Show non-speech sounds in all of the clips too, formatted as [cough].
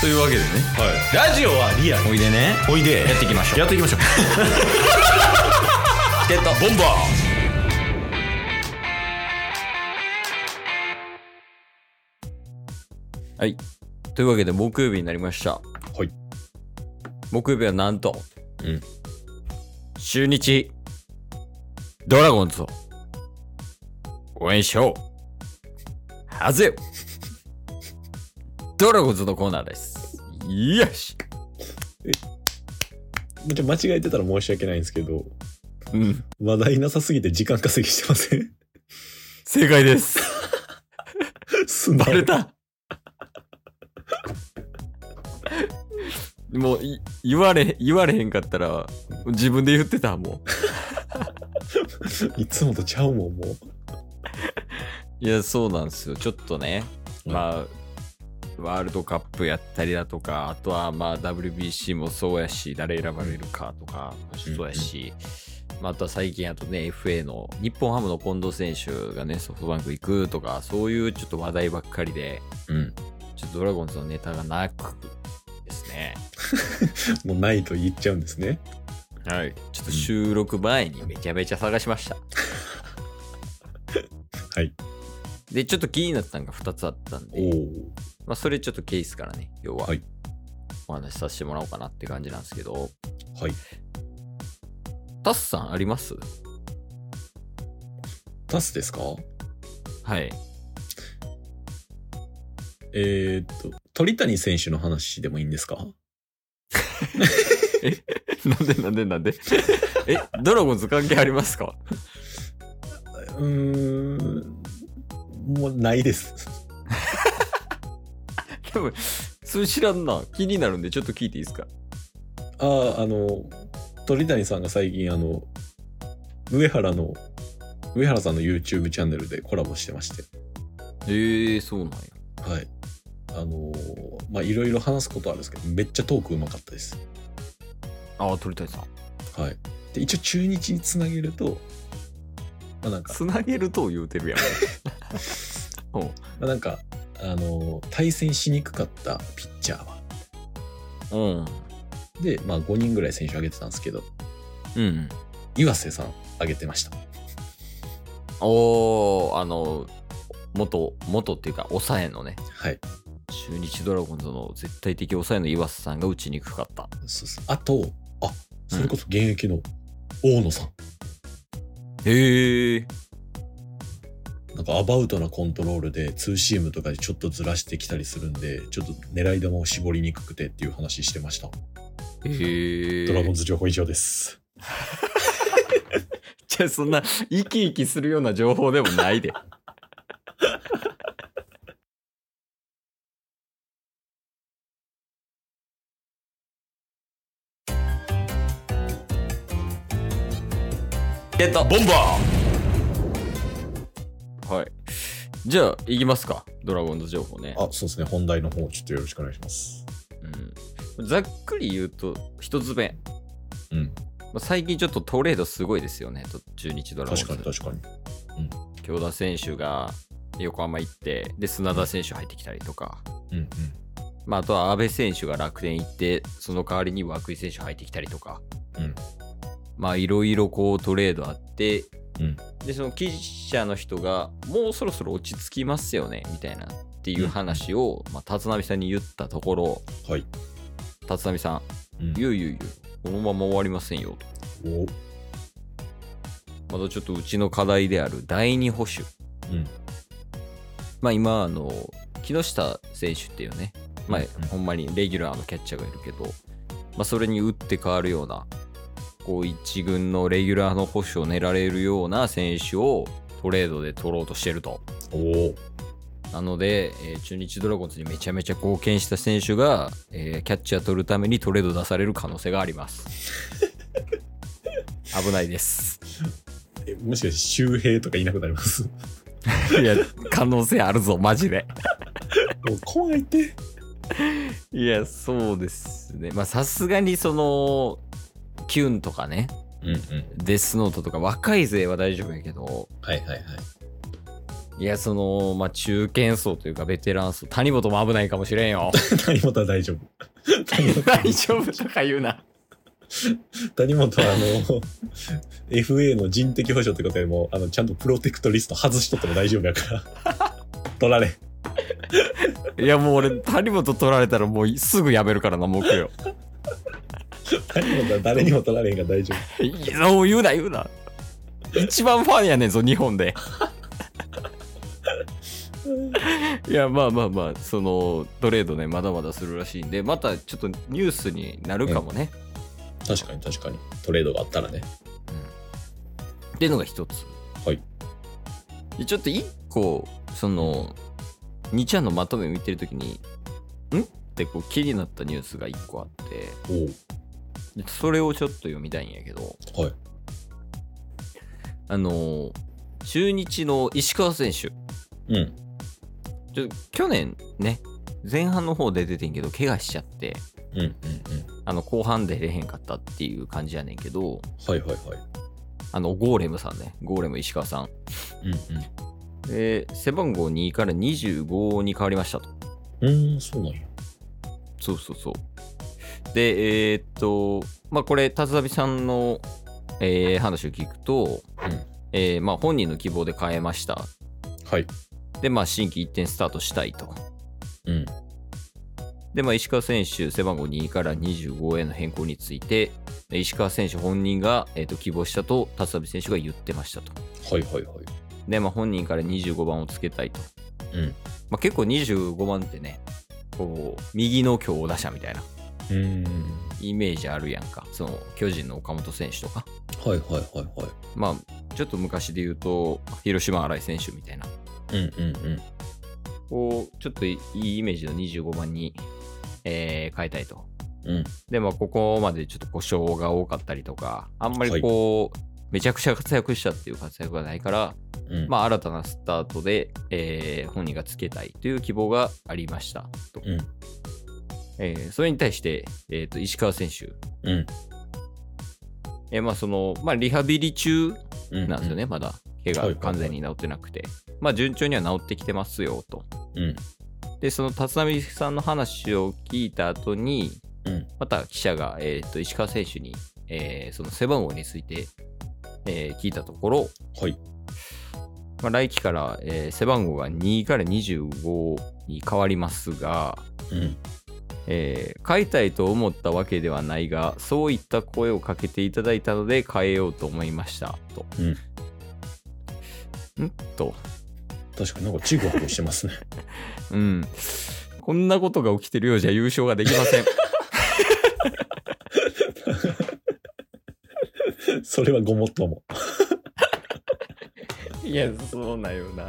というわけでねラジオはリアルおいでねおいでやっていきましょうやっていきましょうチケットボンバーはいというわけで木曜日になりましたはい木曜日はなんとうん中日ドラゴンズを応援しようはずよドラゴンズのコーナーですよしちょ間違えてたら申し訳ないんですけどうん話題なさすぎて時間稼ぎしてません正解ですすんバレた [laughs] もうい言われ言われへんかったら自分で言ってたもいつもとちゃうもんもうういやそうなんですよちょっとねまあワールドカップやったりだとかあとはまあ WBC もそうやし誰選ばれるかとかうんそうやし、まあ、あとは最近あとね FA の日本ハムの近藤選手がねソフトバンク行くとかそういうちょっと話題ばっかりでうんちょっとドラゴンズのネタがなくですねもうないと言っちゃうんですねはい、ちょっと収録前にめちゃめちゃ探しました。はいで、ちょっと気になったのが2つあったんおで、おまあ、それちょっとケースからね、要ははいお話しさせてもらおうかなって感じなんですけど、はいタスさんありますタスですかはい。えー、っと鳥谷選手の話でもいいんですか [laughs] なんでなんでなんで [laughs] え、ドラゴンズ関係ありますかうーんもうないです多分、それ知らんな。気になるんで、ちょっと聞いていいですかあああの鳥谷さんが最近あの上原の上原さんの YouTube チャンネルでコラボしてましてえー、そうなんや。はいあのまあいろいろ話すことあるんですけどめっちゃトークうまかったですああ、鳥谷さん。はいで一応中日につなげるとまあなんか、つなげると言うてるやん。まあ、なんかあの対戦しにくかったピッチャーはうん。でまあ5人ぐらい選手挙げてたんですけどうん。岩瀬さん挙げてましたおー、あの、元、元っていうか、抑えのね、はい中日ドラゴンズの絶対的抑えの岩瀬さんが打ちにくかった。そうそうあとあそれこそ現役の大野さんへえ。なんかアバウトなコントロールでツーシームとかでちょっとずらしてきたりするんでちょっと狙い球を絞りにくくてっていう話してました、へえ。ドラゴンズ情報以上です [laughs] じゃあそんな、生き生きするような情報でもないで。ゲットボンバーはい。じゃあ、いきますか。ドラゴンズ情報ね。あそうですね本題の方ちょっとよろしくお願いしますうん、ざっくり言うと、一つ目。うんまあ最近ちょっとトレードすごいですよね、と中日ドラゴンズ。確かに確かに京田選手が横浜行ってで砂田選手入ってきたりとか、うんまあ、あとは阿部選手が楽天行ってその代わりに涌井選手入ってきたりとか、うんまあいろいろこうトレードあって、うんでその記者の人がもうそろそろ落ち着きますよねみたいなっていう話を、まあ、立浪さんに言ったところうんはい、立浪さうんん「いやいやいやこのまま終わりませんよ」おうんとまたちょっとうちの課題である第二保守まあ、今あの木下選手っていうね、まあうんうんほんまにレギュラーのキャッチャーがいるけど、まあ、それに打って変わるようなこう一軍のレギュラーの保守を狙えるような選手をトレードで取ろうとしてるとおおなので、えー中日ドラゴンズにめちゃめちゃ貢献した選手が、えーキャッチャー取るためにトレード出される可能性があります [laughs] 危ないですえもしかして周平とかいなくなりますもいや可能性あるぞマジでう怖いっていや、そうですね。まあ、さすがにその、キュンとかね、うんうんデスノートとか若い勢は大丈夫やけど、はいはいはい [laughs] いや、その、まあ、中堅層というか、ベテラン層、谷本も危ないかもしれんよ。谷本は大丈夫。谷 [laughs] 本大丈夫とか言うな。谷本はあの、FA の人的保障ってことでも、あの、ちゃんとプロテクトリスト外しとっても大丈夫やから。取られん。いや、もう俺、谷本取られたらもうすぐやめるからな、木曜。谷本は誰にも取られんが大丈いや、もう言うな、言うな。一番ファンやねんぞ、日本で。夫。いや、まあまあまあ、その、トレードね、まだまだするらしいんで、またちょっとニュースになるかもね。確かに確かに。トレードがあったらね。っていうのが一つ。はい。でちょっと一個、その、2ちゃんのまとめ見てるときに、んってこう気になったニュースが一個あって、おでそれをちょっと読みたいんやけど、お。はい。あの、中日の石川選手、うん。ちょ去年ね、前半の方で出てんけど、怪我しちゃって、うんうんうん。あの後半で出れへんかったっていう感じやねんけど、はいはいはい。あの、ゴーレムさんね、ゴーレム石川さん。うんで、背番号2から25に変わりましたと。うん。うーん、そうなんや。そうそうそう。で、えーっと、まあ、これ、立浪さんの、えー話を聞くと、うんえーまあ、本人の希望で変えました。はい。で、まあ、新規1点スタートしたいと。うん。で、まあ、石川選手、背番号2から25への変更について、えー石川選手本人が、えーっと希望したと、立浪選手が言ってましたと。はいはいはい。で、まあ、本人から25番をつけたいと。うん。まあ、結構25番ってね、こう、右の強打者みたいなうーん。イメージあるやんか。その、巨人の岡本選手とか。はいはいはいはまあ、ちょっと昔で言うと、広島新井選手みたいな、い。うんうんうん。こう、ちょっといいイメージの25番に、えー変えたいと。うん。で、まあ、ここまでちょっと故障が多かったりとか、あんまりこう、めちゃくちゃ活躍したっていう活躍がないから、うん。まあ、新たなスタートで、えー本人がつけたいという希望がありましたと。うんえーそれに対して、えーと石川選手、うん。えーまあ、その、まあ、リハビリ中うん。なんですよね、。まだ。怪はい我はい完全に治ってなくて。まあ、順調には治ってきてますよ、と。うん。で、その立浪さんの話を聞いた後に、うん。また記者が、えーと石川選手に、えーその背番号について、えー聞いたところ、はい。まあ、来季から、えー背番号が2から25に変わりますが、うん。えー変えたいと思ったわけではないがそういった声をかけていただいたので変えようと思いましたと。んと、確かになんかチグハグしてますね。うん、こんなことが起きてるようじゃ優勝ができません。 [laughs] それはごもっとも。いや、そうなんよな。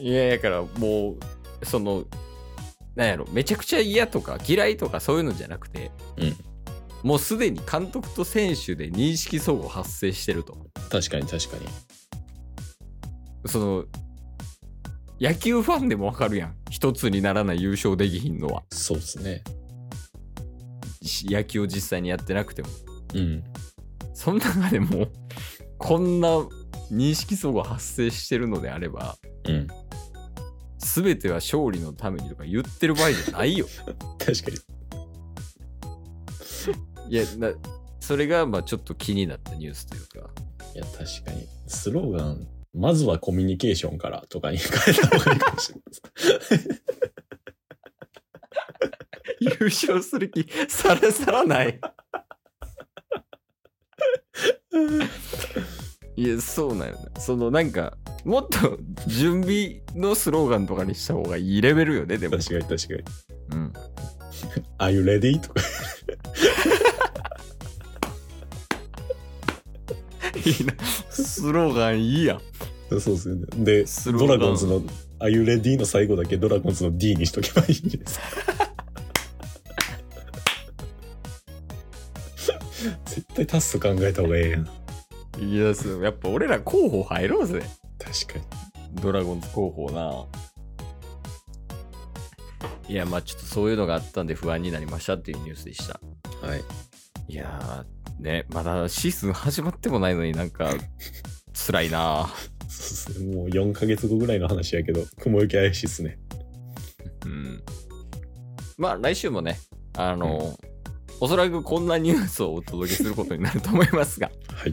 いや、だからもう、その、なんやろ、めちゃくちゃ嫌とか嫌いとかそういうのじゃなくて、うんもうすでに監督と選手で認識相互発生してると。確かに確かに。その、野球ファンでもわかるやん。一つにならない優勝できひんのは。そうですね。し野球を実際にやってなくても。うん。その中でも、こんな認識相互発生してるのであれば、うん。全ては勝利のためにとか言ってる場合じゃないよ。確かに。いやなそれがまあちょっと気になったニュースというかいや、確かに。スローガン、まずはコミュニケーションからとかに変えた方がいいかもしれないです。 [laughs] 優勝する気さらさらないいやそうなんよねそのなんかもっと準備のスローガンとかにした方がいいレベルよねでも、確かに確かうに。ん、 Are you ready? とか。いいなスローガンいいやんそうですね。で、スローガドンラゴンズの Are you ready? の最後だけドラゴンズの D にしとけばいいんです [laughs] か。絶対タスと考えた方がええやん。いやそうやっぱ俺ら候補入ろうぜ確かに。ドラゴンズ候補ないやまあちょっとそういうのがあったんで不安になりましたっていうニュースでしたはい。いやーねまだシーズン始まってもないのになんか辛いなそうですね。もう4ヶ月後ぐらいの話やけど、雲行き怪しいですね。うん。まあ、来週もね、あの、おそらくこんなニュースをお届けすることになると思いますが、 [laughs] はい。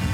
す